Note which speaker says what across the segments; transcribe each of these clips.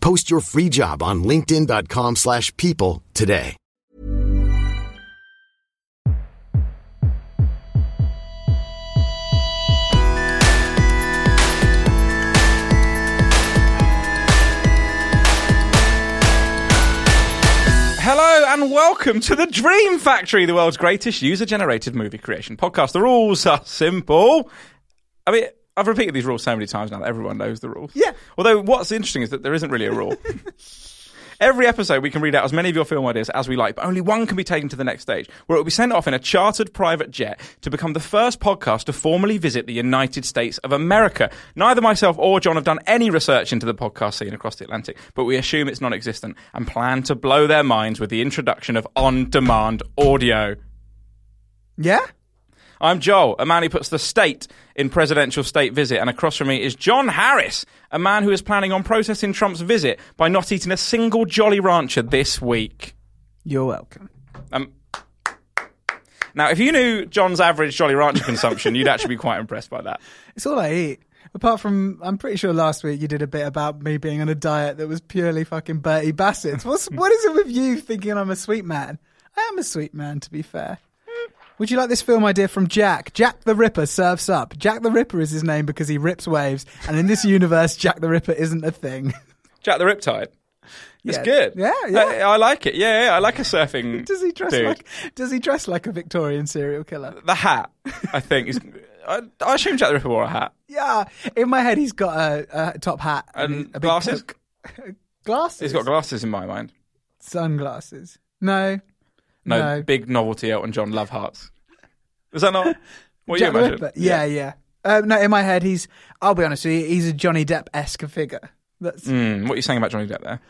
Speaker 1: Post your free job on linkedin.com/people slash people today.
Speaker 2: Hello and welcome to the Dream Factory, the world's greatest user-generated movie creation podcast. The rules are simple. I mean, I've repeated these rules so many times now that everyone knows the rules.
Speaker 3: Yeah.
Speaker 2: Although what's interesting is that there isn't really a rule. Every episode, we can read out as many of your film ideas as we like, but only one can be taken to the next stage, where it will be sent off in a chartered private jet to become the first podcast to formally visit the United States of America. Neither myself or John have done any research into the podcast scene across the Atlantic, but we assume it's non existent and plan to blow their minds with the introduction of on demand audio.
Speaker 3: Yeah?
Speaker 2: I'm Joel, a man who puts the state in presidential state visit, and across from me is John Harris, a man who is planning on processing Trump's visit by not eating a single Jolly Rancher this week.
Speaker 3: You're welcome.
Speaker 2: Um, now, if you knew John's average Jolly Rancher consumption, you'd actually be quite impressed by that.
Speaker 3: It's all I eat. Apart from, I'm pretty sure last week you did a bit about me being on a diet that was purely fucking Bertie Bassett's. What's what is it with you thinking I'm a sweet man? I am a sweet man, to be fair. Would you like this film idea from Jack? Jack the Ripper surfs up. Jack the Ripper is his name because he rips waves, and in this universe, Jack the Ripper isn't a thing.
Speaker 2: Jack the Riptide. It's
Speaker 3: Yeah.
Speaker 2: good.
Speaker 3: Yeah,
Speaker 2: I,
Speaker 3: yeah.
Speaker 2: I like it. Yeah, yeah, I like a surfing.
Speaker 3: Does he dress
Speaker 2: dude.
Speaker 3: like? Does he dress like a Victorian serial killer?
Speaker 2: the hat? I think is. I, I assume Jack the Ripper wore a hat
Speaker 3: Yeah, in my head, he's got a, a top hat
Speaker 2: and
Speaker 3: a big
Speaker 2: glasses.
Speaker 3: coat. Glasses.
Speaker 2: He's got glasses in my mind.
Speaker 3: sunglasses. No,
Speaker 2: No,
Speaker 3: No.
Speaker 2: big novelty Elton John love hearts. Is that not what
Speaker 3: Jack
Speaker 2: you
Speaker 3: the
Speaker 2: imagine?
Speaker 3: Ripper. Yeah, yeah. Um, no, in my head, he's. I'll be honest with you, he's a Johnny Depp esque figure. That's
Speaker 2: Hmm, what are you saying about Johnny Depp there?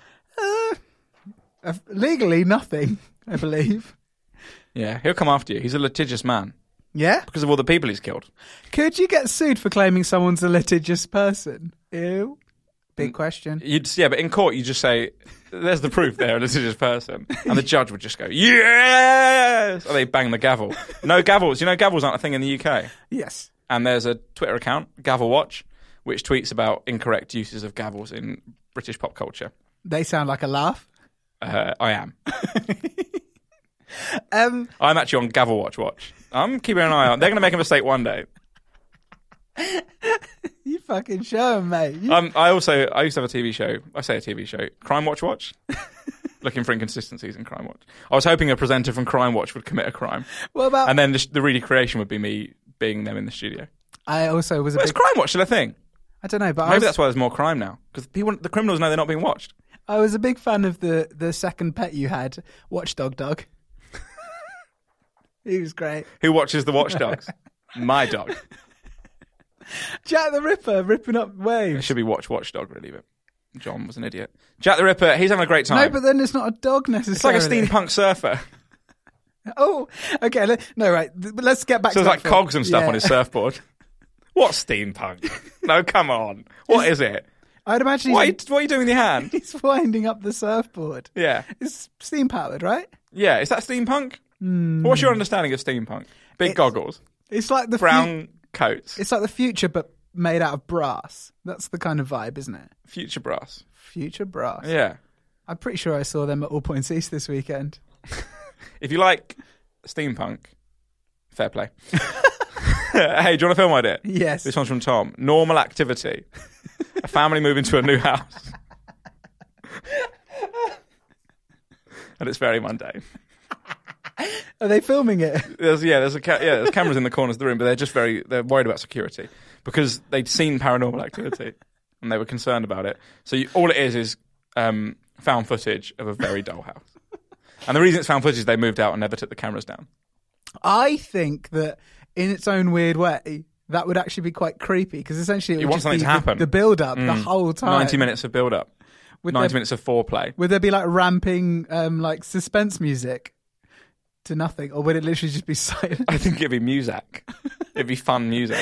Speaker 3: uh, legally nothing, I believe.
Speaker 2: Yeah, he'll come after you. He's a litigious man
Speaker 3: Yeah.
Speaker 2: because of all the people he's killed.
Speaker 3: Could you get sued for claiming someone's a litigious person? Ew. Big question.
Speaker 2: You'd Mm. yeah, but in court you just say, "There's the proof there, a litigious person," and the judge would just go, "Yes!" Or they bang the gavel. No gavels. You know, gavels aren't a thing in the UK.
Speaker 3: Yes.
Speaker 2: And there's a Twitter account, Gavel Watch, which tweets about incorrect uses of gavels in British pop culture.
Speaker 3: They sound like a laugh.
Speaker 2: Uh, I am.
Speaker 3: Um,
Speaker 2: I'm actually on Gavel Watch Watch. I'm keeping an eye on. They're going to make a mistake one day.
Speaker 3: you fucking show 'em, mate. You-
Speaker 2: Um, I also I used to have a TV show. I say a TV show, Crime Watch Watch. Looking for inconsistencies in Crime Watch. I was hoping a presenter from Crime Watch would commit a crime,
Speaker 3: what about?
Speaker 2: and then the, the really creation would be me being them in the studio.
Speaker 3: I also was a
Speaker 2: But is
Speaker 3: big.
Speaker 2: Crime Watch still a thing?
Speaker 3: I don't know, but I
Speaker 2: Maybe
Speaker 3: was,
Speaker 2: that's why there's more crime now because people, the criminals know they're not being watched.
Speaker 3: I was a big fan of the the second pet you had, Watchdog Dog. he was great.
Speaker 2: Who watches the watchdogs? My dog.
Speaker 3: Jack the Ripper ripping up
Speaker 2: It
Speaker 3: waves.
Speaker 2: should be watch watchdog really, but John was an idiot. Jack the Ripper. He's having a great time.
Speaker 3: No, but then it's not a dog
Speaker 2: it's like
Speaker 3: necessarily.
Speaker 2: a steampunk surfer.
Speaker 3: Oh, okay. le- no, right. th- but Let's get back
Speaker 2: So
Speaker 3: to
Speaker 2: there's
Speaker 3: that
Speaker 2: like
Speaker 3: film.
Speaker 2: cogs and stuff
Speaker 3: Yeah.
Speaker 2: on his surfboard. What steampunk? no, come on. What is it?
Speaker 3: I'd imagine
Speaker 2: What are, you,
Speaker 3: he's,
Speaker 2: what are you doing with your hand?
Speaker 3: he's winding up the surfboard.
Speaker 2: Yeah.
Speaker 3: It's steam powered, right?
Speaker 2: Yeah. Is that steampunk? What's your understanding of steampunk? Big
Speaker 3: Hmm. It's-
Speaker 2: goggles,
Speaker 3: It's like the fu-
Speaker 2: brown coats,
Speaker 3: it's like the future, but made out of brass. That's the kind of vibe, isn't it?
Speaker 2: future brass.
Speaker 3: Future brass.
Speaker 2: Yeah.
Speaker 3: I'm pretty sure I saw them at All Points East this weekend.
Speaker 2: If you like steampunk. Fair play. hey, do you want a film idea?
Speaker 3: Yes.
Speaker 2: This one's from Tom. Normal activity. a family moving to a new house. and it's very mundane.
Speaker 3: Are they filming it?
Speaker 2: There's, yeah, there's a ca- yeah, there's cameras in the corners of the room, but they're just very they're worried about security because they'd seen paranormal activity and they were concerned about it. So you, all it is is um, found footage of a very dull house. And the reason it's found footage is they moved out and never took the cameras down.
Speaker 3: I think that in its own weird way, that would actually be quite creepy because essentially it
Speaker 2: You
Speaker 3: would
Speaker 2: want something
Speaker 3: just be
Speaker 2: to
Speaker 3: the-
Speaker 2: happen. Mm.
Speaker 3: The, build up the whole time.
Speaker 2: Ninety minutes of build up,
Speaker 3: Would
Speaker 2: ninety
Speaker 3: there-
Speaker 2: minutes of foreplay.
Speaker 3: Would there be like ramping, um, like suspense music to nothing, or would it literally just be silent?
Speaker 2: I think it'd be music. it'd be fun music,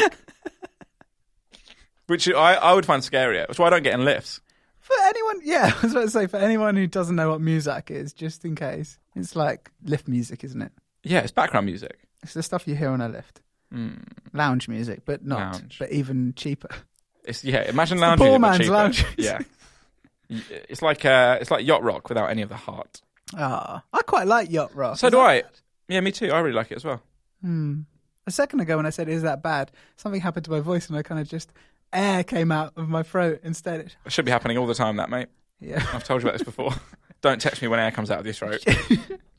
Speaker 2: which I, I would find scarier. That's why I don't get in lifts.
Speaker 3: for anyone, yeah, I was about to say for anyone who doesn't know what Muzak is, just in case, it's like lift music, isn't it?
Speaker 2: Yeah, it's background music.
Speaker 3: It's the stuff you hear on a lift, lounge music, but not,
Speaker 2: Hmm. Lounge.
Speaker 3: but even cheaper.
Speaker 2: It's yeah. Imagine
Speaker 3: the
Speaker 2: lounge.
Speaker 3: poor
Speaker 2: music, but
Speaker 3: man's
Speaker 2: cheaper.
Speaker 3: lounge
Speaker 2: Yeah. Y- It's like uh, it's like yacht rock without any of the heart.
Speaker 3: Ah, I quite like yacht rock.
Speaker 2: So do I. Yeah, me too. I really like it as well.
Speaker 3: A second ago, when I said "Is that bad?" something happened to my voice, and I kind of just air came out of my throat instead.
Speaker 2: It should be happening all the time, that mate.
Speaker 3: Yeah.
Speaker 2: I've told you about this before. don't text me when air comes out of your throat.
Speaker 3: Do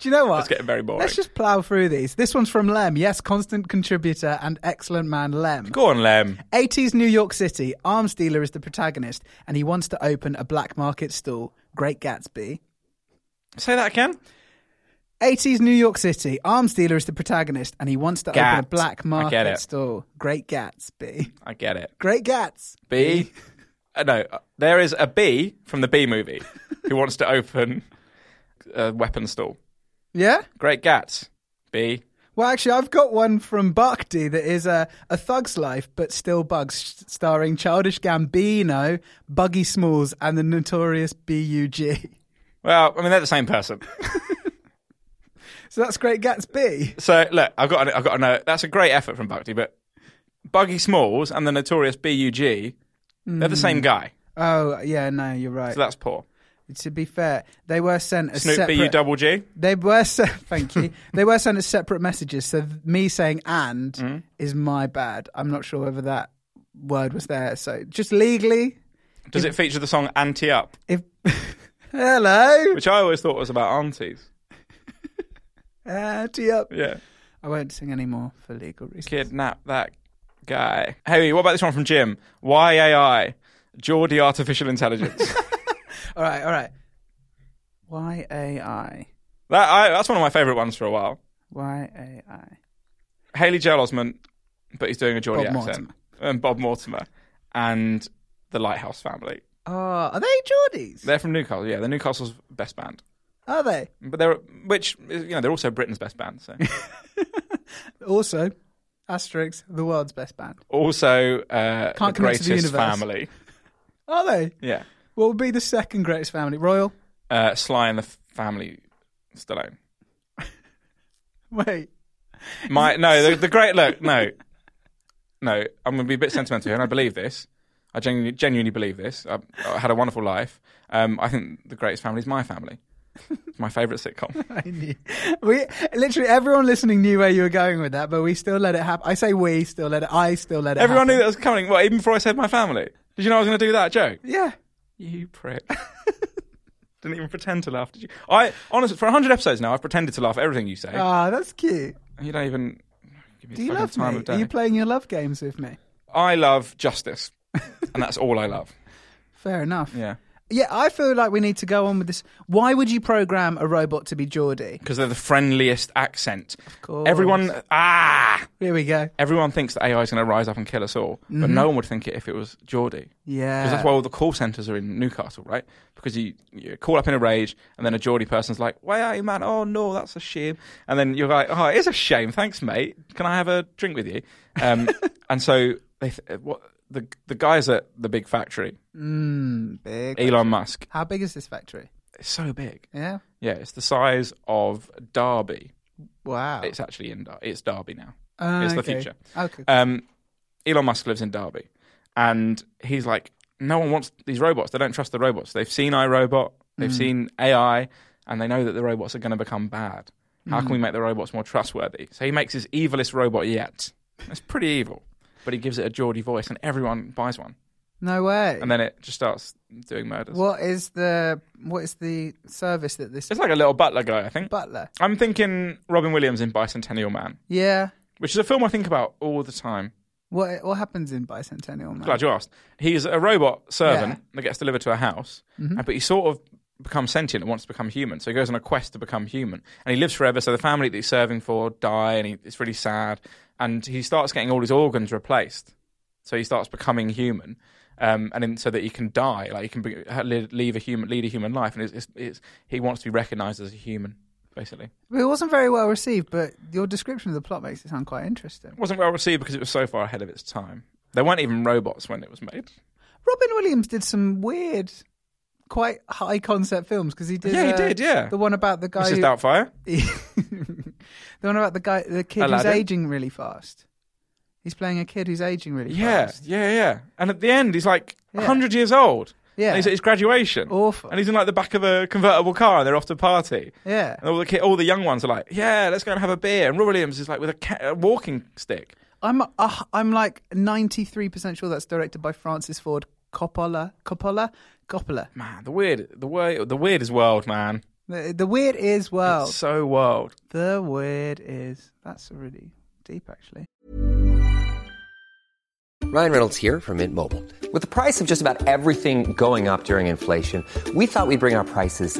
Speaker 3: you know what?
Speaker 2: It's getting very boring.
Speaker 3: Let's just plow through these. This one's from Lem. Yes, constant contributor and excellent man, Lem.
Speaker 2: Go on, Lem.
Speaker 3: 80s New York City. Arms dealer is the protagonist, and he wants to open a black market stall. Great Gatsby.
Speaker 2: Say that again.
Speaker 3: 80s New York City. Arms dealer is the protagonist, and he wants to open a
Speaker 2: Gats.
Speaker 3: black
Speaker 2: I get
Speaker 3: market
Speaker 2: it.
Speaker 3: stall. Great Gatsby.
Speaker 2: I get it.
Speaker 3: Great Gats.
Speaker 2: B. Uh, no, uh, there is a B from the B movie who wants to open a weapon stall.
Speaker 3: Yeah.
Speaker 2: Great Gats. B.
Speaker 3: Well, actually, I've got one from Bhakti that is a, a thug's life, but still bugs, starring Childish Gambino, Buggy Smalls, and the notorious B.U.G.
Speaker 2: Well, I mean they're the same person.
Speaker 3: So that's Great Gatsby.
Speaker 2: So look, I've got a, I've got a note. That's a great effort from Buckley, but Buggy Smalls and the notorious Bug, they're the
Speaker 3: Hmm.
Speaker 2: same guy.
Speaker 3: Oh, yeah, no, you're right.
Speaker 2: So that's poor.
Speaker 3: to be fair, they were sent as
Speaker 2: Snoop
Speaker 3: separate.
Speaker 2: Bu Double G.
Speaker 3: they were sent. Thank you. they were sent as separate messages. So th- me saying "and"
Speaker 2: Mm-hmm.
Speaker 3: is my bad. I'm not sure whether that word was there. So just legally,
Speaker 2: Does it feature the song Anti Up,
Speaker 3: if hello,
Speaker 2: which I always thought was about aunties?
Speaker 3: uh, tee up.
Speaker 2: Yeah,
Speaker 3: I won't sing anymore for legal reasons.
Speaker 2: kidnap that guy. Hey, what about this one from Jim? YAI, Geordie Artificial Intelligence.
Speaker 3: All right, all right. Y A I
Speaker 2: that I, that's one of my favourite ones for a while.
Speaker 3: Y A I.
Speaker 2: Haley Joel Osment, but he's doing a Geordie
Speaker 3: Bob
Speaker 2: accent,
Speaker 3: Mortimer.
Speaker 2: and Bob Mortimer, and the Lighthouse Family.
Speaker 3: Oh, are they Geordies?
Speaker 2: They're from Newcastle. Yeah, they're Newcastle's best band.
Speaker 3: Are they?
Speaker 2: But they're which is, you know they're also Britain's best band. So
Speaker 3: Also, Asterix, the world's best band.
Speaker 2: also uh,
Speaker 3: Can't
Speaker 2: the
Speaker 3: connect to
Speaker 2: greatest
Speaker 3: the universe.
Speaker 2: family.
Speaker 3: Are they?
Speaker 2: Yeah,
Speaker 3: What would be the second greatest family? Royal?
Speaker 2: uh, Sly and the Family Stallone.
Speaker 3: Wait.
Speaker 2: My no, the, the great look. No, no, I'm going to be a bit sentimental here, and I believe this. I genuinely, genuinely believe this. I, I had a wonderful life. Um, I think the greatest family is my family. It's my favourite sitcom.
Speaker 3: I knew. We literally everyone listening knew where you were going with that, but we still let it happen. I say we still let it. I still let it.
Speaker 2: Everyone knew
Speaker 3: happen.
Speaker 2: that was coming. Well, even before I said my family. Did you know I was going to do that joke?
Speaker 3: Yeah.
Speaker 2: You prick. Didn't even pretend to laugh, did you? I honestly, for hundred episodes now, I've pretended to laugh at everything you say.
Speaker 3: Ah, that's cute.
Speaker 2: And you don't even give me
Speaker 3: Do you
Speaker 2: fucking
Speaker 3: love
Speaker 2: time
Speaker 3: me?
Speaker 2: of
Speaker 3: Are
Speaker 2: day.
Speaker 3: you playing your love games with me?
Speaker 2: I love justice, and that's all I love.
Speaker 3: Fair enough.
Speaker 2: Yeah,
Speaker 3: Yeah, I feel like we need to go on with this. Why would you program a robot to be Geordie?
Speaker 2: because they're the friendliest accent. Of
Speaker 3: course.
Speaker 2: Everyone ah,
Speaker 3: Here we go.
Speaker 2: everyone thinks that AI is going to rise up and kill us all,
Speaker 3: Mm-hmm.
Speaker 2: but no one would think it if it was Geordie.
Speaker 3: Yeah.
Speaker 2: Because that's why all the call centres are in Newcastle, right? Because you, you call up in a rage, and then a Geordie person's like, "Why are you, man? Oh no, that's a shame." And then you're like, "Oh, it is a shame. Thanks, mate. Can I have a drink with you?" Um, and so they th- uh, what the the guys at the big factory,
Speaker 3: Mm, Big.
Speaker 2: Elon Musk,
Speaker 3: How big is this factory?
Speaker 2: it's so big.
Speaker 3: Yeah.
Speaker 2: Yeah, it's the size of Derby.
Speaker 3: Wow.
Speaker 2: It's actually in Derby. It's Derby now.
Speaker 3: Ah,
Speaker 2: it's the
Speaker 3: okay.
Speaker 2: future.
Speaker 3: Okay.
Speaker 2: Um, Elon Musk lives in Derby, and he's like, no one wants these robots. They don't trust the robots. They've seen iRobot, they've seen AI, and they know that the robots are going to become bad. How can we make the robots more trustworthy? So he makes his evilest robot yet. It's pretty evil, but he gives it a Geordie voice, and everyone buys one.
Speaker 3: No way.
Speaker 2: And then it just starts doing murders.
Speaker 3: what is the what is the service that this
Speaker 2: It's like a little butler guy, I think.
Speaker 3: butler?
Speaker 2: I'm thinking Robin Williams in Bicentennial Man,
Speaker 3: Yeah.
Speaker 2: which is a film I think about all the time.
Speaker 3: What what happens in Bicentennial Man?
Speaker 2: Glad you asked. He's a robot servant
Speaker 3: Yeah. Mm-hmm.
Speaker 2: that gets delivered to a house, and- but he sort of becomes sentient and wants to become human. So he goes on a quest to become human, and he lives forever. So the family that he's serving for die, and he, it's really sad. And he starts getting all his organs replaced, so he starts becoming human, um, and then so that he can die, like he can be, ha- li- leave a human, lead a human life, and it's, it's, it's, he wants to be recognised as a human. Basically,
Speaker 3: It wasn't very well received, but your description of the plot makes it sound quite interesting.
Speaker 2: it wasn't well received because it was so far ahead of its time. There weren't even robots when it was made.
Speaker 3: Robin Williams did some weird, quite high concept films because he did.
Speaker 2: Yeah, he
Speaker 3: uh,
Speaker 2: did, yeah.
Speaker 3: the one about the guy.
Speaker 2: Mrs.
Speaker 3: who-
Speaker 2: Doubtfire.
Speaker 3: the one about the guy, the kid
Speaker 2: Aladdin?
Speaker 3: who's aging really fast. He's playing a kid who's aging really
Speaker 2: Yeah,
Speaker 3: fast.
Speaker 2: yeah, yeah. And at the end, he's like
Speaker 3: Yeah.
Speaker 2: 100 years old.
Speaker 3: Yeah.
Speaker 2: And he's at his graduation.
Speaker 3: Awful.
Speaker 2: And he's in like the back of a convertible car and they're off to party.
Speaker 3: Yeah.
Speaker 2: And all the, ki- all the young ones are like, yeah, let's go and have a beer. And Roy Williams is like with a, ca- a walking stick.
Speaker 3: I'm uh, I'm like 93% sure that's directed by Francis Ford Coppola. Coppola? Coppola.
Speaker 2: Man, the weird, the way, the weird is world, man.
Speaker 3: The, the weird is world.
Speaker 2: It's so world.
Speaker 3: The weird is. That's really deep, actually.
Speaker 4: Ryan Reynolds here from Mint Mobile. With the price of just about everything going up during inflation, we thought we'd bring our prices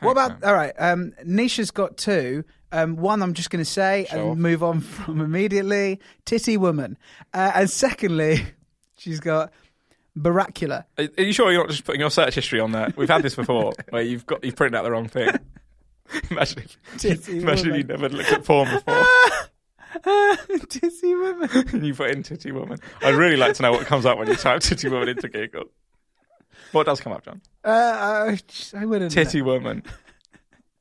Speaker 3: What about all right? Um, Nisha's got two. Um, one I'm just going to say and
Speaker 2: Sure.
Speaker 3: move on from immediately. Titty woman, uh, and secondly, she's got baracula.
Speaker 2: Are, are you sure you're not just putting your search history on there? We've had this before where you've got, you've printed out the wrong thing. imagine if,
Speaker 3: Titty
Speaker 2: imagine if
Speaker 3: woman.
Speaker 2: you never looked at porn before.
Speaker 3: Titty woman.
Speaker 2: and you put in titty woman. I'd really like to know what comes up when you type titty woman into Google. What does come up, John?
Speaker 3: Uh, I, just- I wouldn't. know.
Speaker 2: Titty woman.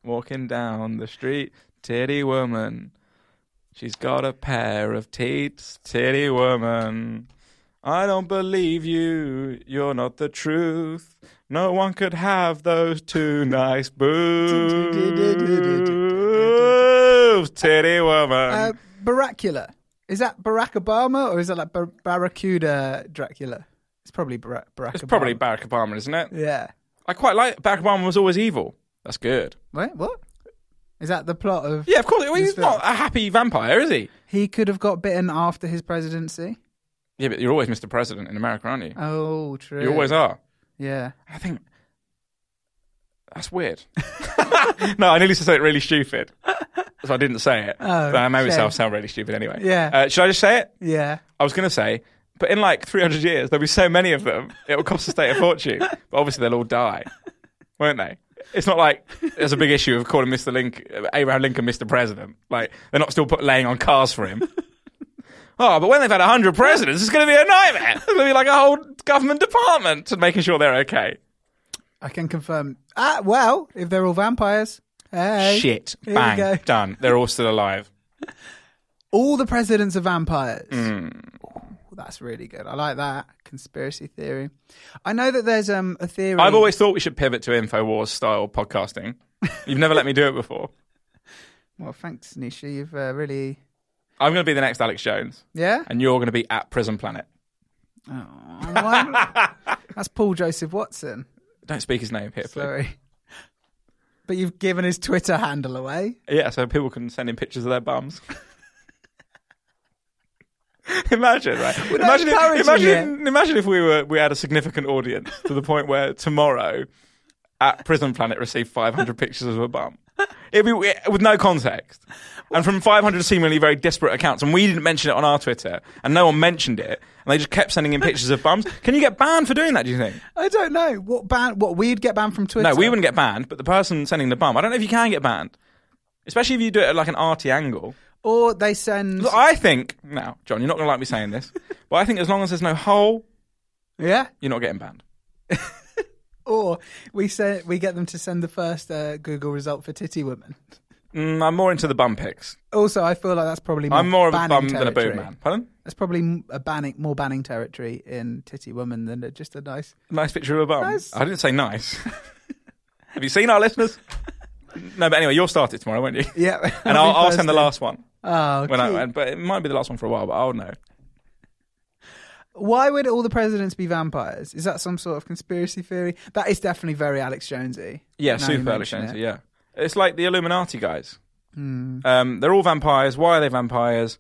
Speaker 2: Walking down the street, titty woman. She's got a pair of teats, titty woman. I don't believe you. You're not the truth. No one could have those two nice boobs. Titty woman.
Speaker 3: Uh, baracula. Is that Barack Obama or is that like Bar- Barracuda Dracula? It's probably Barack. Barack
Speaker 2: it's
Speaker 3: Obama.
Speaker 2: probably Barack Obama, isn't it?
Speaker 3: yeah.
Speaker 2: I quite like Barack Obama was always evil. That's good.
Speaker 3: Wait, what? Is that the plot of?
Speaker 2: Yeah, of course. Well,
Speaker 3: This
Speaker 2: he's not a
Speaker 3: film.
Speaker 2: happy vampire, is he?
Speaker 3: He could have got bitten after his presidency.
Speaker 2: Yeah, but you're always Mr. President in America, aren't you?
Speaker 3: Oh, true.
Speaker 2: You always are.
Speaker 3: Yeah.
Speaker 2: I think that's weird. no, I nearly said something really stupid, so I didn't say it.
Speaker 3: Oh,
Speaker 2: but I made
Speaker 3: shame.
Speaker 2: myself sound really stupid anyway.
Speaker 3: Yeah.
Speaker 2: Uh, should I just say it?
Speaker 3: Yeah.
Speaker 2: I was going to say, but in like 300 years, there'll be so many of them, it will cost the state a fortune. But obviously, they'll all die, won't they? It's not like there's a big issue of calling Mr. Link, Abraham Lincoln Mr. President. Like, they're not still put, laying on cars for him. Oh, but when they've had 100 presidents, it's going to be a nightmare. It's going to be like a whole government department to making sure they're okay.
Speaker 3: I can confirm. Ah, well, if they're all vampires. Hey.
Speaker 2: Shit.
Speaker 3: Here we
Speaker 2: Bang.
Speaker 3: go.
Speaker 2: Done. They're all still alive.
Speaker 3: All the presidents are vampires.
Speaker 2: Hmm.
Speaker 3: Ooh, that's really good. I like that conspiracy theory. I know that there's um a theory.
Speaker 2: I've always thought we should pivot to Infowars style podcasting. You've never let me do it before.
Speaker 3: well, thanks, Nisha. You've uh, really
Speaker 2: I'm going to be the next Alex Jones,
Speaker 3: yeah.
Speaker 2: and you're going to be at Prison Planet.
Speaker 3: Why- That's Paul Joseph Watson.
Speaker 2: Don't speak his name here, please.
Speaker 3: Sorry. But you've given his Twitter handle away.
Speaker 2: Yeah, so people can send in pictures of their bums. imagine, right? imagine, if,
Speaker 3: encouraging
Speaker 2: imagine, imagine if we were we had a significant audience to the point where tomorrow at Prison Planet received 500 pictures of a bum. It'd be with no context, and from 500 seemingly very disparate accounts, and we didn't mention it on our Twitter, and no one mentioned it, and they just kept sending in pictures of bums. Can you get banned for doing that? Do you think?
Speaker 3: I don't know what ban. What we'd get banned from Twitter.
Speaker 2: No, we wouldn't get banned, but the person sending the bum, I don't know if you can get banned, especially if you do it at like an arty angle.
Speaker 3: Or they send.
Speaker 2: Look, I think now, John, you're not going to like me saying this, but I think as long as there's no hole,
Speaker 3: yeah.
Speaker 2: you're not getting banned.
Speaker 3: Or we send. We get them to send the first uh, Google result for titty women.
Speaker 2: Mm, I'm more into the bum pics.
Speaker 3: Also, I feel like that's probably. More
Speaker 2: I'm more of a
Speaker 3: banning
Speaker 2: bum than a
Speaker 3: territory.
Speaker 2: boot man. Pardon?
Speaker 3: That's probably m- a banning, more banning territory in titty women than a- just a nice.
Speaker 2: Nice picture of a bum.
Speaker 3: Nice.
Speaker 2: I didn't say nice. Have you seen our listeners? No, but anyway, you'll start it tomorrow, won't you?
Speaker 3: Yeah,
Speaker 2: And I'll, I'll send the last one.
Speaker 3: Oh,
Speaker 2: When I,
Speaker 3: cute.
Speaker 2: but it might be the last one for a while, but I'll know.
Speaker 3: Why would all the presidents be vampires? Is that some sort of conspiracy theory? That is definitely very Alex Jonesy.
Speaker 2: Yeah,
Speaker 3: now you
Speaker 2: super Alex
Speaker 3: mention
Speaker 2: Jones,
Speaker 3: it. Hmm.
Speaker 2: Yeah, it's like the Illuminati guys. Um, they're all vampires. Why are they vampires?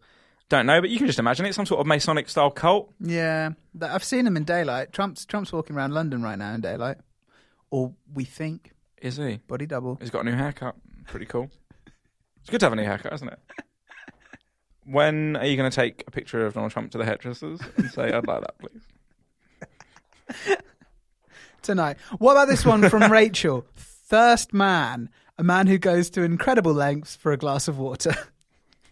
Speaker 2: Don't know, but you can just imagine it's some sort of Masonic style cult.
Speaker 3: Yeah, Th- I've seen him in daylight. Trump's Trump's walking around London right now in daylight, or we think
Speaker 2: Is he?
Speaker 3: body double.
Speaker 2: He's got a new haircut. Pretty cool. It's good to have a new haircut, isn't it? When are you going to take a picture of Donald Trump to the hairdressers and say, "I'd like that, please"?
Speaker 3: tonight. What about this one from Rachel? Thirst man, a man who goes to incredible lengths for a glass of water.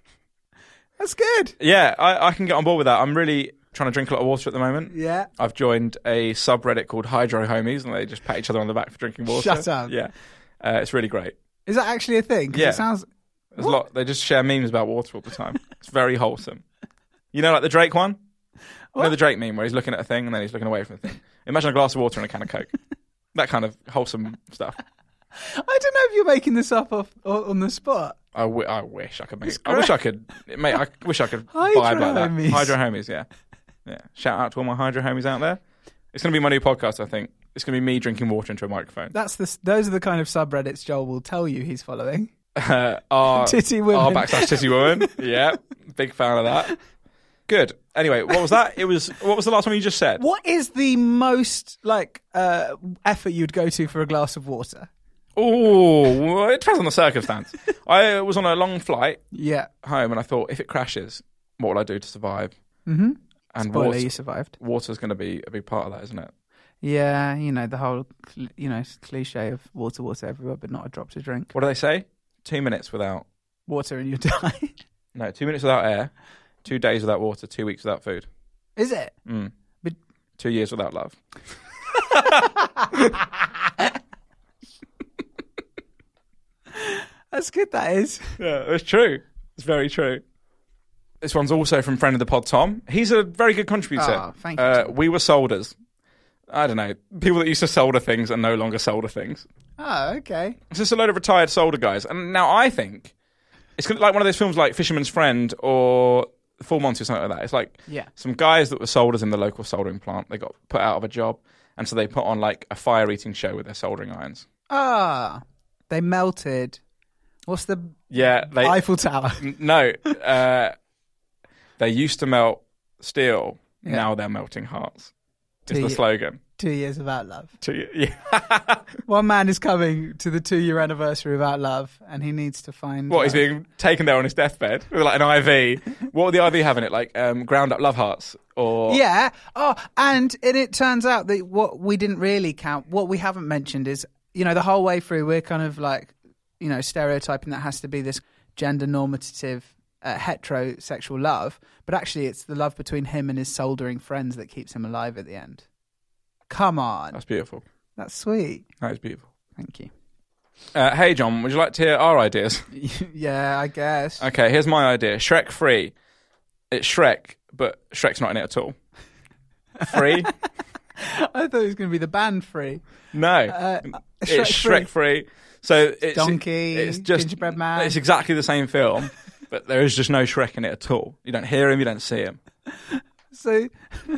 Speaker 3: That's good.
Speaker 2: Yeah, I, I can get on board with that. I'm really trying to drink a lot of water at the moment.
Speaker 3: Yeah.
Speaker 2: I've joined a subreddit called Hydro Homies, and they just pat each other on the back for drinking water.
Speaker 3: Shut up.
Speaker 2: Yeah, uh, it's really great.
Speaker 3: Is that actually a thing? 'Cause
Speaker 2: Yeah.
Speaker 3: It sounds.
Speaker 2: There's a lot. They just share memes about water all the time. It's very wholesome. You know, like the Drake one. You know the Drake meme where he's looking at a thing and then he's looking away from the thing. Imagine a glass of water and a can of Coke. that kind of wholesome stuff.
Speaker 3: I don't know if you're making this up off, o- on the spot.
Speaker 2: I, w- I wish I could make. I wish I could, mate. I wish I could
Speaker 3: Hydro
Speaker 2: buy like that.
Speaker 3: homies.
Speaker 2: Hydro homies, yeah, yeah. Shout out to all my hydro homies out there. It's going to be my new podcast. I think it's going to be me drinking water into a microphone.
Speaker 3: That's the. s- Those are the kind of subreddits Joel will tell you he's following.
Speaker 2: Uh, our,
Speaker 3: Titty women.
Speaker 2: our backslash titty woman. yeah, big fan of that. Good. Anyway, what was that? It was. What was the last one you just said?
Speaker 3: What is the most like uh, effort you'd go to for a glass of water?
Speaker 2: Oh, it depends on the circumstance. I was on a long flight
Speaker 3: Yeah.
Speaker 2: home, and I thought, if it crashes, what will I do to survive? Mm-hmm. And
Speaker 3: Spoiler,
Speaker 2: water,
Speaker 3: you survived.
Speaker 2: water's going to be a big part of that, isn't it?
Speaker 3: Yeah, you know the whole, cl- you know, cliche of water, water everywhere, but not a drop to drink.
Speaker 2: What do they say? Two minutes without
Speaker 3: Water and you die.
Speaker 2: no, two minutes without air, two days without water, two weeks without food,
Speaker 3: Is it?
Speaker 2: two years without love.
Speaker 3: That's good. That is.
Speaker 2: Yeah, it's true. It's very true. This one's also from friend of the pod, Tom. He's a very good contributor.
Speaker 3: Ah, thank you,
Speaker 2: Uh,
Speaker 3: Tom.
Speaker 2: we were solders. I don't know. People that used to solder things and no longer solder things.
Speaker 3: Oh, okay.
Speaker 2: It's just a load of retired solder guys. And now I think it's gonna- like one of those films like Fisherman's Friend or Full Monty or something like that. It's like
Speaker 3: Yeah.
Speaker 2: some guys that were solders in the local soldering plant. They got put out of a job. And so they put on like a fire eating show with their soldering irons.
Speaker 3: Ah, they melted. What's the
Speaker 2: Yeah. They,
Speaker 3: Eiffel Tower?
Speaker 2: N- no. Uh, they used to melt steel. Now they're melting hearts. Is
Speaker 3: Two
Speaker 2: the
Speaker 3: ye-
Speaker 2: slogan.
Speaker 3: Two years without love.
Speaker 2: To you. Yeah.
Speaker 3: One man is coming to the two-year anniversary without love, and he needs to find.
Speaker 2: What, he's
Speaker 3: love.
Speaker 2: being taken there on his deathbed with like an IV. What would the IV have in it? Like um, ground up love hearts or.
Speaker 3: Yeah. Oh, and and it turns out that what we didn't really count, what we haven't mentioned is, you know, the whole way through we're kind of like, you know, stereotyping that has to be this gender normative uh, heterosexual love, but actually it's the love between him and his soldering friends that keeps him alive at the end. Come on, Uh,
Speaker 2: That's beautiful.
Speaker 3: that's sweet.
Speaker 2: That is beautiful.
Speaker 3: Thank you.
Speaker 2: Uh, hey, John, would you like to hear our ideas?
Speaker 3: yeah, I guess.
Speaker 2: Okay, here's my idea Shrek 3. It's Shrek, but Shrek's not in it at all. Free?
Speaker 3: I thought it was going to be the band free.
Speaker 2: No.
Speaker 3: Uh,
Speaker 2: it's
Speaker 3: Shrek
Speaker 2: Shrek free. So it's
Speaker 3: Donkey, Gingerbread Man.
Speaker 2: It's exactly the same film, but there is just no Shrek in it at all. You don't hear him, you don't see him.
Speaker 3: So,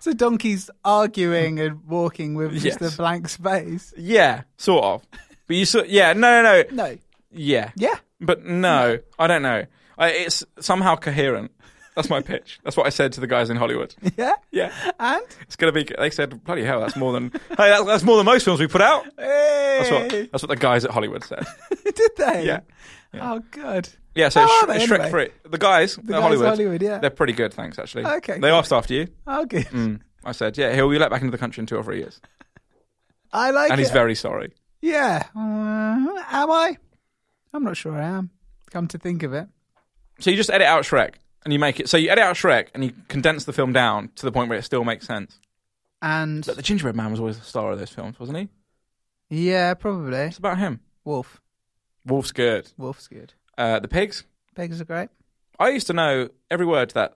Speaker 3: so Donkey's arguing and walking with just
Speaker 2: Yes.
Speaker 3: a blank space.
Speaker 2: Yeah, sort of. But you saw, yeah, no, no, no,
Speaker 3: No.
Speaker 2: yeah,
Speaker 3: Yeah.
Speaker 2: But no, I don't know. I, it's somehow coherent. That's my pitch. That's what I said to the guys in Hollywood.
Speaker 3: Yeah.
Speaker 2: Yeah,
Speaker 3: And
Speaker 2: it's gonna be. They said, "Bloody hell, that's more than hey, that's, that's more than most films we put out." That's what
Speaker 3: Hey!
Speaker 2: that's what the guys at Hollywood said.
Speaker 3: did they?
Speaker 2: Yeah.
Speaker 3: Oh, good.
Speaker 2: Yeah, so
Speaker 3: How
Speaker 2: Sh-
Speaker 3: are they,
Speaker 2: Shrek
Speaker 3: anyway?
Speaker 2: Free. The guys at
Speaker 3: guys at
Speaker 2: Hollywood,
Speaker 3: Hollywood, yeah.
Speaker 2: they're pretty good, thanks. Actually,
Speaker 3: Okay,
Speaker 2: They
Speaker 3: good.
Speaker 2: asked after you. Hmm.
Speaker 3: Oh, good.
Speaker 2: Mm. I said, "Yeah, he'll be let back into the country in two or three years,"
Speaker 3: I like
Speaker 2: and
Speaker 3: it.
Speaker 2: he's very sorry.
Speaker 3: yeah. Uh, am I? I'm not sure I am. Come to think of it.
Speaker 2: So you just edit out Shrek, and you make it. So you edit out Shrek, and you condense the film down to the point where it still makes sense.
Speaker 3: And
Speaker 2: But the Gingerbread Man was always the star of those films, wasn't he?
Speaker 3: yeah, probably.
Speaker 2: It's about him.
Speaker 3: Wolf.
Speaker 2: Wolf's good.
Speaker 3: Wolf's good.
Speaker 2: Uh, the pigs.
Speaker 3: Beggars are great.
Speaker 2: I used to know every word to that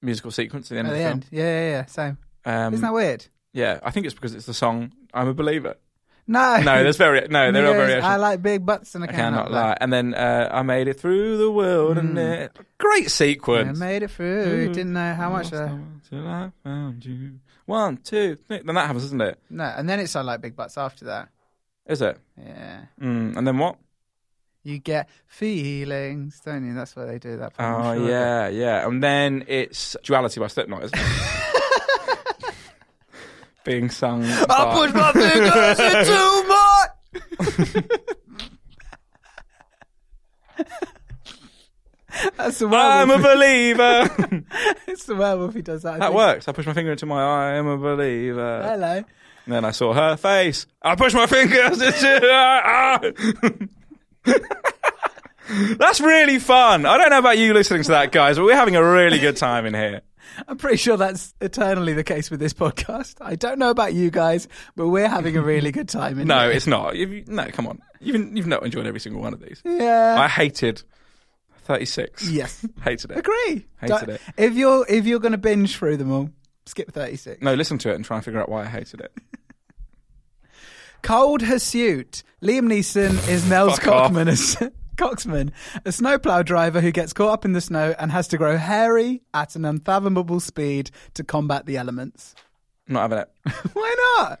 Speaker 2: musical sequence at the end
Speaker 3: At
Speaker 2: of
Speaker 3: the
Speaker 2: the,
Speaker 3: end. Yeah, yeah, yeah. Same.
Speaker 2: film. Um,
Speaker 3: Isn't that weird?
Speaker 2: yeah, I think it's because it's the song "I'm a Believer."
Speaker 3: No.
Speaker 2: No, there's very no, there are
Speaker 3: Yes,
Speaker 2: variations.
Speaker 3: I like big butts and I,
Speaker 2: I cannot
Speaker 3: lie. Hmm.
Speaker 2: lie. And then uh, I made it through the world, and it, great
Speaker 3: I
Speaker 2: sequence.
Speaker 3: made it through. Didn't know how much.
Speaker 2: Lost
Speaker 3: uh, I,
Speaker 2: someone till I found you. One, two, three. Then that happens, doesn't it?
Speaker 3: no, and then it's I like big butts after that.
Speaker 2: Is it?
Speaker 3: Yeah,
Speaker 2: Mm, and then what?
Speaker 3: you get feelings, don't you? That's why they do that. part,
Speaker 2: Oh
Speaker 3: I'm sure.
Speaker 2: yeah, yeah. And then it's Duality by Slipknot, isn't it? Being sung.
Speaker 3: I
Speaker 2: by-
Speaker 3: put my fingers into my. That's the
Speaker 2: I'm a
Speaker 3: werewolf.
Speaker 2: believer.
Speaker 3: it's the werewolf who does that. I
Speaker 2: that
Speaker 3: think.
Speaker 2: works. I pushed my finger into my eye. I'm a believer.
Speaker 3: Hello.
Speaker 2: And then I saw her face. I pushed my fingers into her eye. That's really fun. I don't know about you listening to that, guys, but we're having a really good time in here.
Speaker 3: I'm pretty sure that's eternally the case with this podcast. I don't know about you guys, but we're having a really good time. In
Speaker 2: No,
Speaker 3: here.
Speaker 2: it's not. You've, no, come on. You've, you've not enjoyed every single one of these.
Speaker 3: yeah.
Speaker 2: I hated 36.
Speaker 3: Yes.
Speaker 2: Hated it.
Speaker 3: Agree.
Speaker 2: Hated
Speaker 3: Don't-
Speaker 2: it.
Speaker 3: If you're if you're going to binge through them all, skip 36.
Speaker 2: No, listen to it and try and figure out why I hated it.
Speaker 3: Cold Hirsute. Liam Neeson is Nels
Speaker 2: Fuck off.
Speaker 3: Cockman, a, Coxman, a snowplow driver who gets caught up in the snow and has to grow hairy at an unfathomable speed to combat the elements.
Speaker 2: I'm not having it.
Speaker 3: Why not?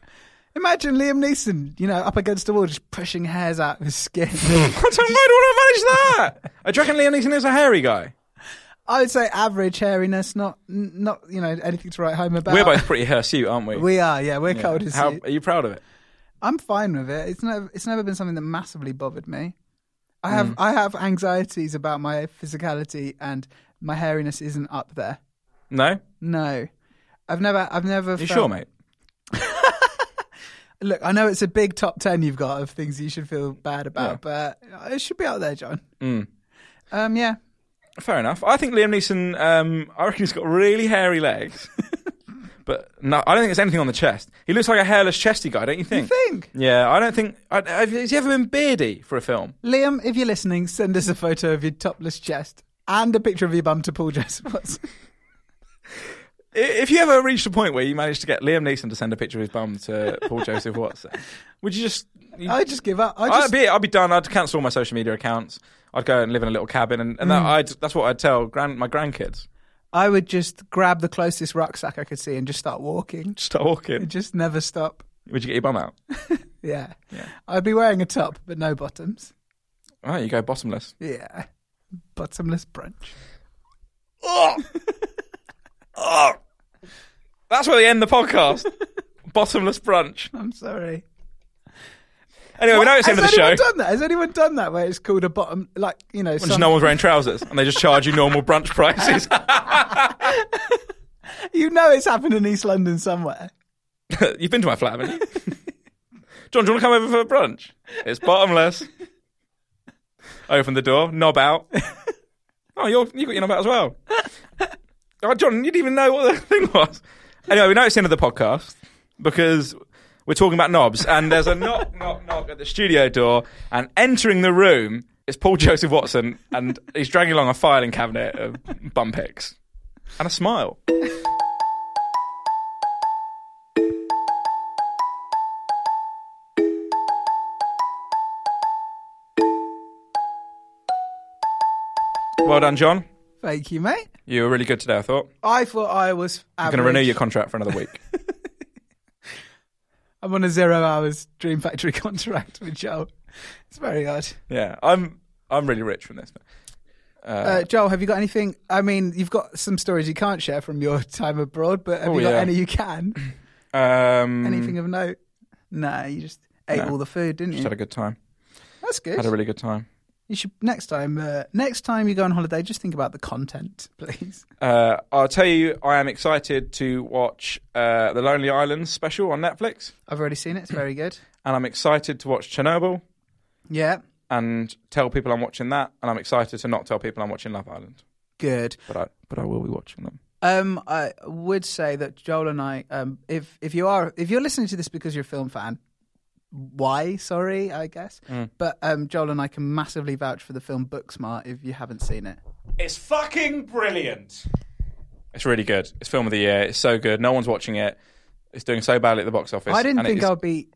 Speaker 3: Imagine Liam Neeson, you know, up against a wall, just pushing hairs out of his skin.
Speaker 2: I don't know. I manage that. I do reckon Liam Neeson is a hairy guy.
Speaker 3: I would say average hairiness, not n- not you know anything to write home about.
Speaker 2: We're both pretty hirsute, aren't we?
Speaker 3: we are, yeah, we're
Speaker 2: Yeah.
Speaker 3: cold as
Speaker 2: How,
Speaker 3: suit.
Speaker 2: Are you proud of it?
Speaker 3: I'm fine with it. It's never it's never been something that massively bothered me. I have
Speaker 2: Mm.
Speaker 3: I have anxieties about my physicality and my hairiness isn't up there.
Speaker 2: No?
Speaker 3: No. I've never I've never
Speaker 2: You
Speaker 3: felt-
Speaker 2: sure, mate?
Speaker 3: Look, I know it's a big top 10 you've got of things you should feel bad about, but it should be out there, John.
Speaker 2: Mm.
Speaker 3: Um yeah.
Speaker 2: Fair enough. I think Liam Neeson. Um, I reckon he's got really hairy legs, but no, I don't think it's anything on the chest. He looks like a hairless, chesty guy, don't you think?
Speaker 3: Think.
Speaker 2: Yeah, I don't think. I, have, has he ever been beardy for a film?
Speaker 3: Liam, if you're listening, send us a photo of your topless chest and a picture of your bum to Paul Joseph Watson.
Speaker 2: I- If you ever reached a point where you managed to get Liam Neeson to send a picture of his bum to Paul Joseph Watson, would you just? you-
Speaker 3: I just give up. I
Speaker 2: I'd
Speaker 3: just
Speaker 2: be. I'd be done. I'd cancel all my social media accounts. I'd go and live in a little cabin, and, and that,
Speaker 3: Hmm.
Speaker 2: I'd, that's what I'd tell grand, my grandkids.
Speaker 3: I would just grab the closest rucksack I could see and just start walking.
Speaker 2: Just start walking.
Speaker 3: Just never stop.
Speaker 2: Would you get your bum out?
Speaker 3: Yeah. I'd be wearing a top, but no bottoms.
Speaker 2: Oh, you go bottomless.
Speaker 3: Yeah. Bottomless brunch.
Speaker 2: Oh. oh. That's where they end the podcast. Bottomless brunch.
Speaker 3: I'm sorry.
Speaker 2: Anyway, we know it's the end of the
Speaker 3: Has
Speaker 2: show.
Speaker 3: anyone done that? Has anyone done that where it's called a bottom, like, you know,
Speaker 2: When
Speaker 3: some-
Speaker 2: just no one's wearing trousers and they just charge you normal brunch prices.
Speaker 3: you know it's happened in East London somewhere.
Speaker 2: You've been to my flat, haven't you? John, do you want to come over for brunch? It's bottomless. Open the door, knob out. Oh, you're, you got your knob out as well. Oh, John, you didn't even know what the thing was. Anyway, we know it's the end of the podcast because We're talking about knobs, and there's a knock, knock, knock at the studio door, and entering the room is Paul Joseph Watson, and he's dragging along a filing cabinet of bum picks and a smile. Well done, John.
Speaker 3: Thank you, mate.
Speaker 2: You were really good today, I thought.
Speaker 3: I thought I was.
Speaker 2: I'm
Speaker 3: Average.
Speaker 2: going to renew your contract for another week.
Speaker 3: I'm on a zero hours Dream Factory contract with Joel. It's very odd.
Speaker 2: yeah, I'm I'm really rich from this.
Speaker 3: Uh, Joel, have you got anything? I mean, you've got some stories you can't share from your time abroad, but have
Speaker 2: Oh,
Speaker 3: you got
Speaker 2: yeah.
Speaker 3: any you can?
Speaker 2: Um,
Speaker 3: Anything of note? No, you just ate
Speaker 2: No.
Speaker 3: all the food, didn't you?
Speaker 2: Just had a good time.
Speaker 3: That's good.
Speaker 2: Had a really good time.
Speaker 3: you should next time. Uh, next time you go on holiday, just think about the content, please.
Speaker 2: Uh, I'll tell you, I am excited to watch uh, the Lonely Islands special on Netflix,
Speaker 3: I've already seen it. It's very good.
Speaker 2: and I'm excited to watch Chernobyl
Speaker 3: Yeah,
Speaker 2: and tell people I'm watching that, and I'm excited to not tell people I'm watching Love Island,
Speaker 3: good.
Speaker 2: but I but I will be watching them.
Speaker 3: Um, I would say that Joel and I, um, if if you are if you're listening to this because you're a film fan, why? Sorry, I guess.
Speaker 2: Mm.
Speaker 3: But um, Joel and I can massively vouch for the film Booksmart if you haven't seen it.
Speaker 2: It's fucking brilliant. It's really good. It's film of the year. It's so good. No one's watching it. It's doing so badly at the box office.
Speaker 3: I didn't
Speaker 2: and it
Speaker 3: think
Speaker 2: is
Speaker 3: I'd be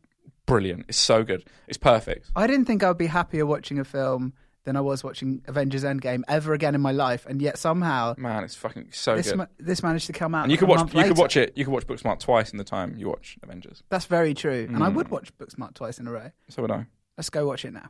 Speaker 2: brilliant. It's so good. It's perfect.
Speaker 3: I didn't think I'd be happier watching a film than I was watching Avengers Endgame ever again in my life, and yet somehow
Speaker 2: Man, it's fucking Mm, so
Speaker 3: this
Speaker 2: good.
Speaker 3: ma- this managed to come out.
Speaker 2: and you could
Speaker 3: a
Speaker 2: watch
Speaker 3: month
Speaker 2: you could
Speaker 3: later.
Speaker 2: watch it you could watch Booksmart twice in the time you watch Avengers.
Speaker 3: That's very true, and
Speaker 2: Mm.
Speaker 3: I would watch Booksmart twice in a row.
Speaker 2: So would I.
Speaker 3: Let's go watch it now.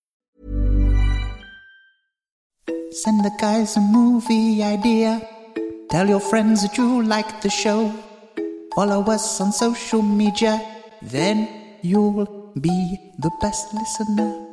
Speaker 5: Send the guys a movie idea. Tell your friends that you like the show. Follow us on social media. Then you'll be the best listener.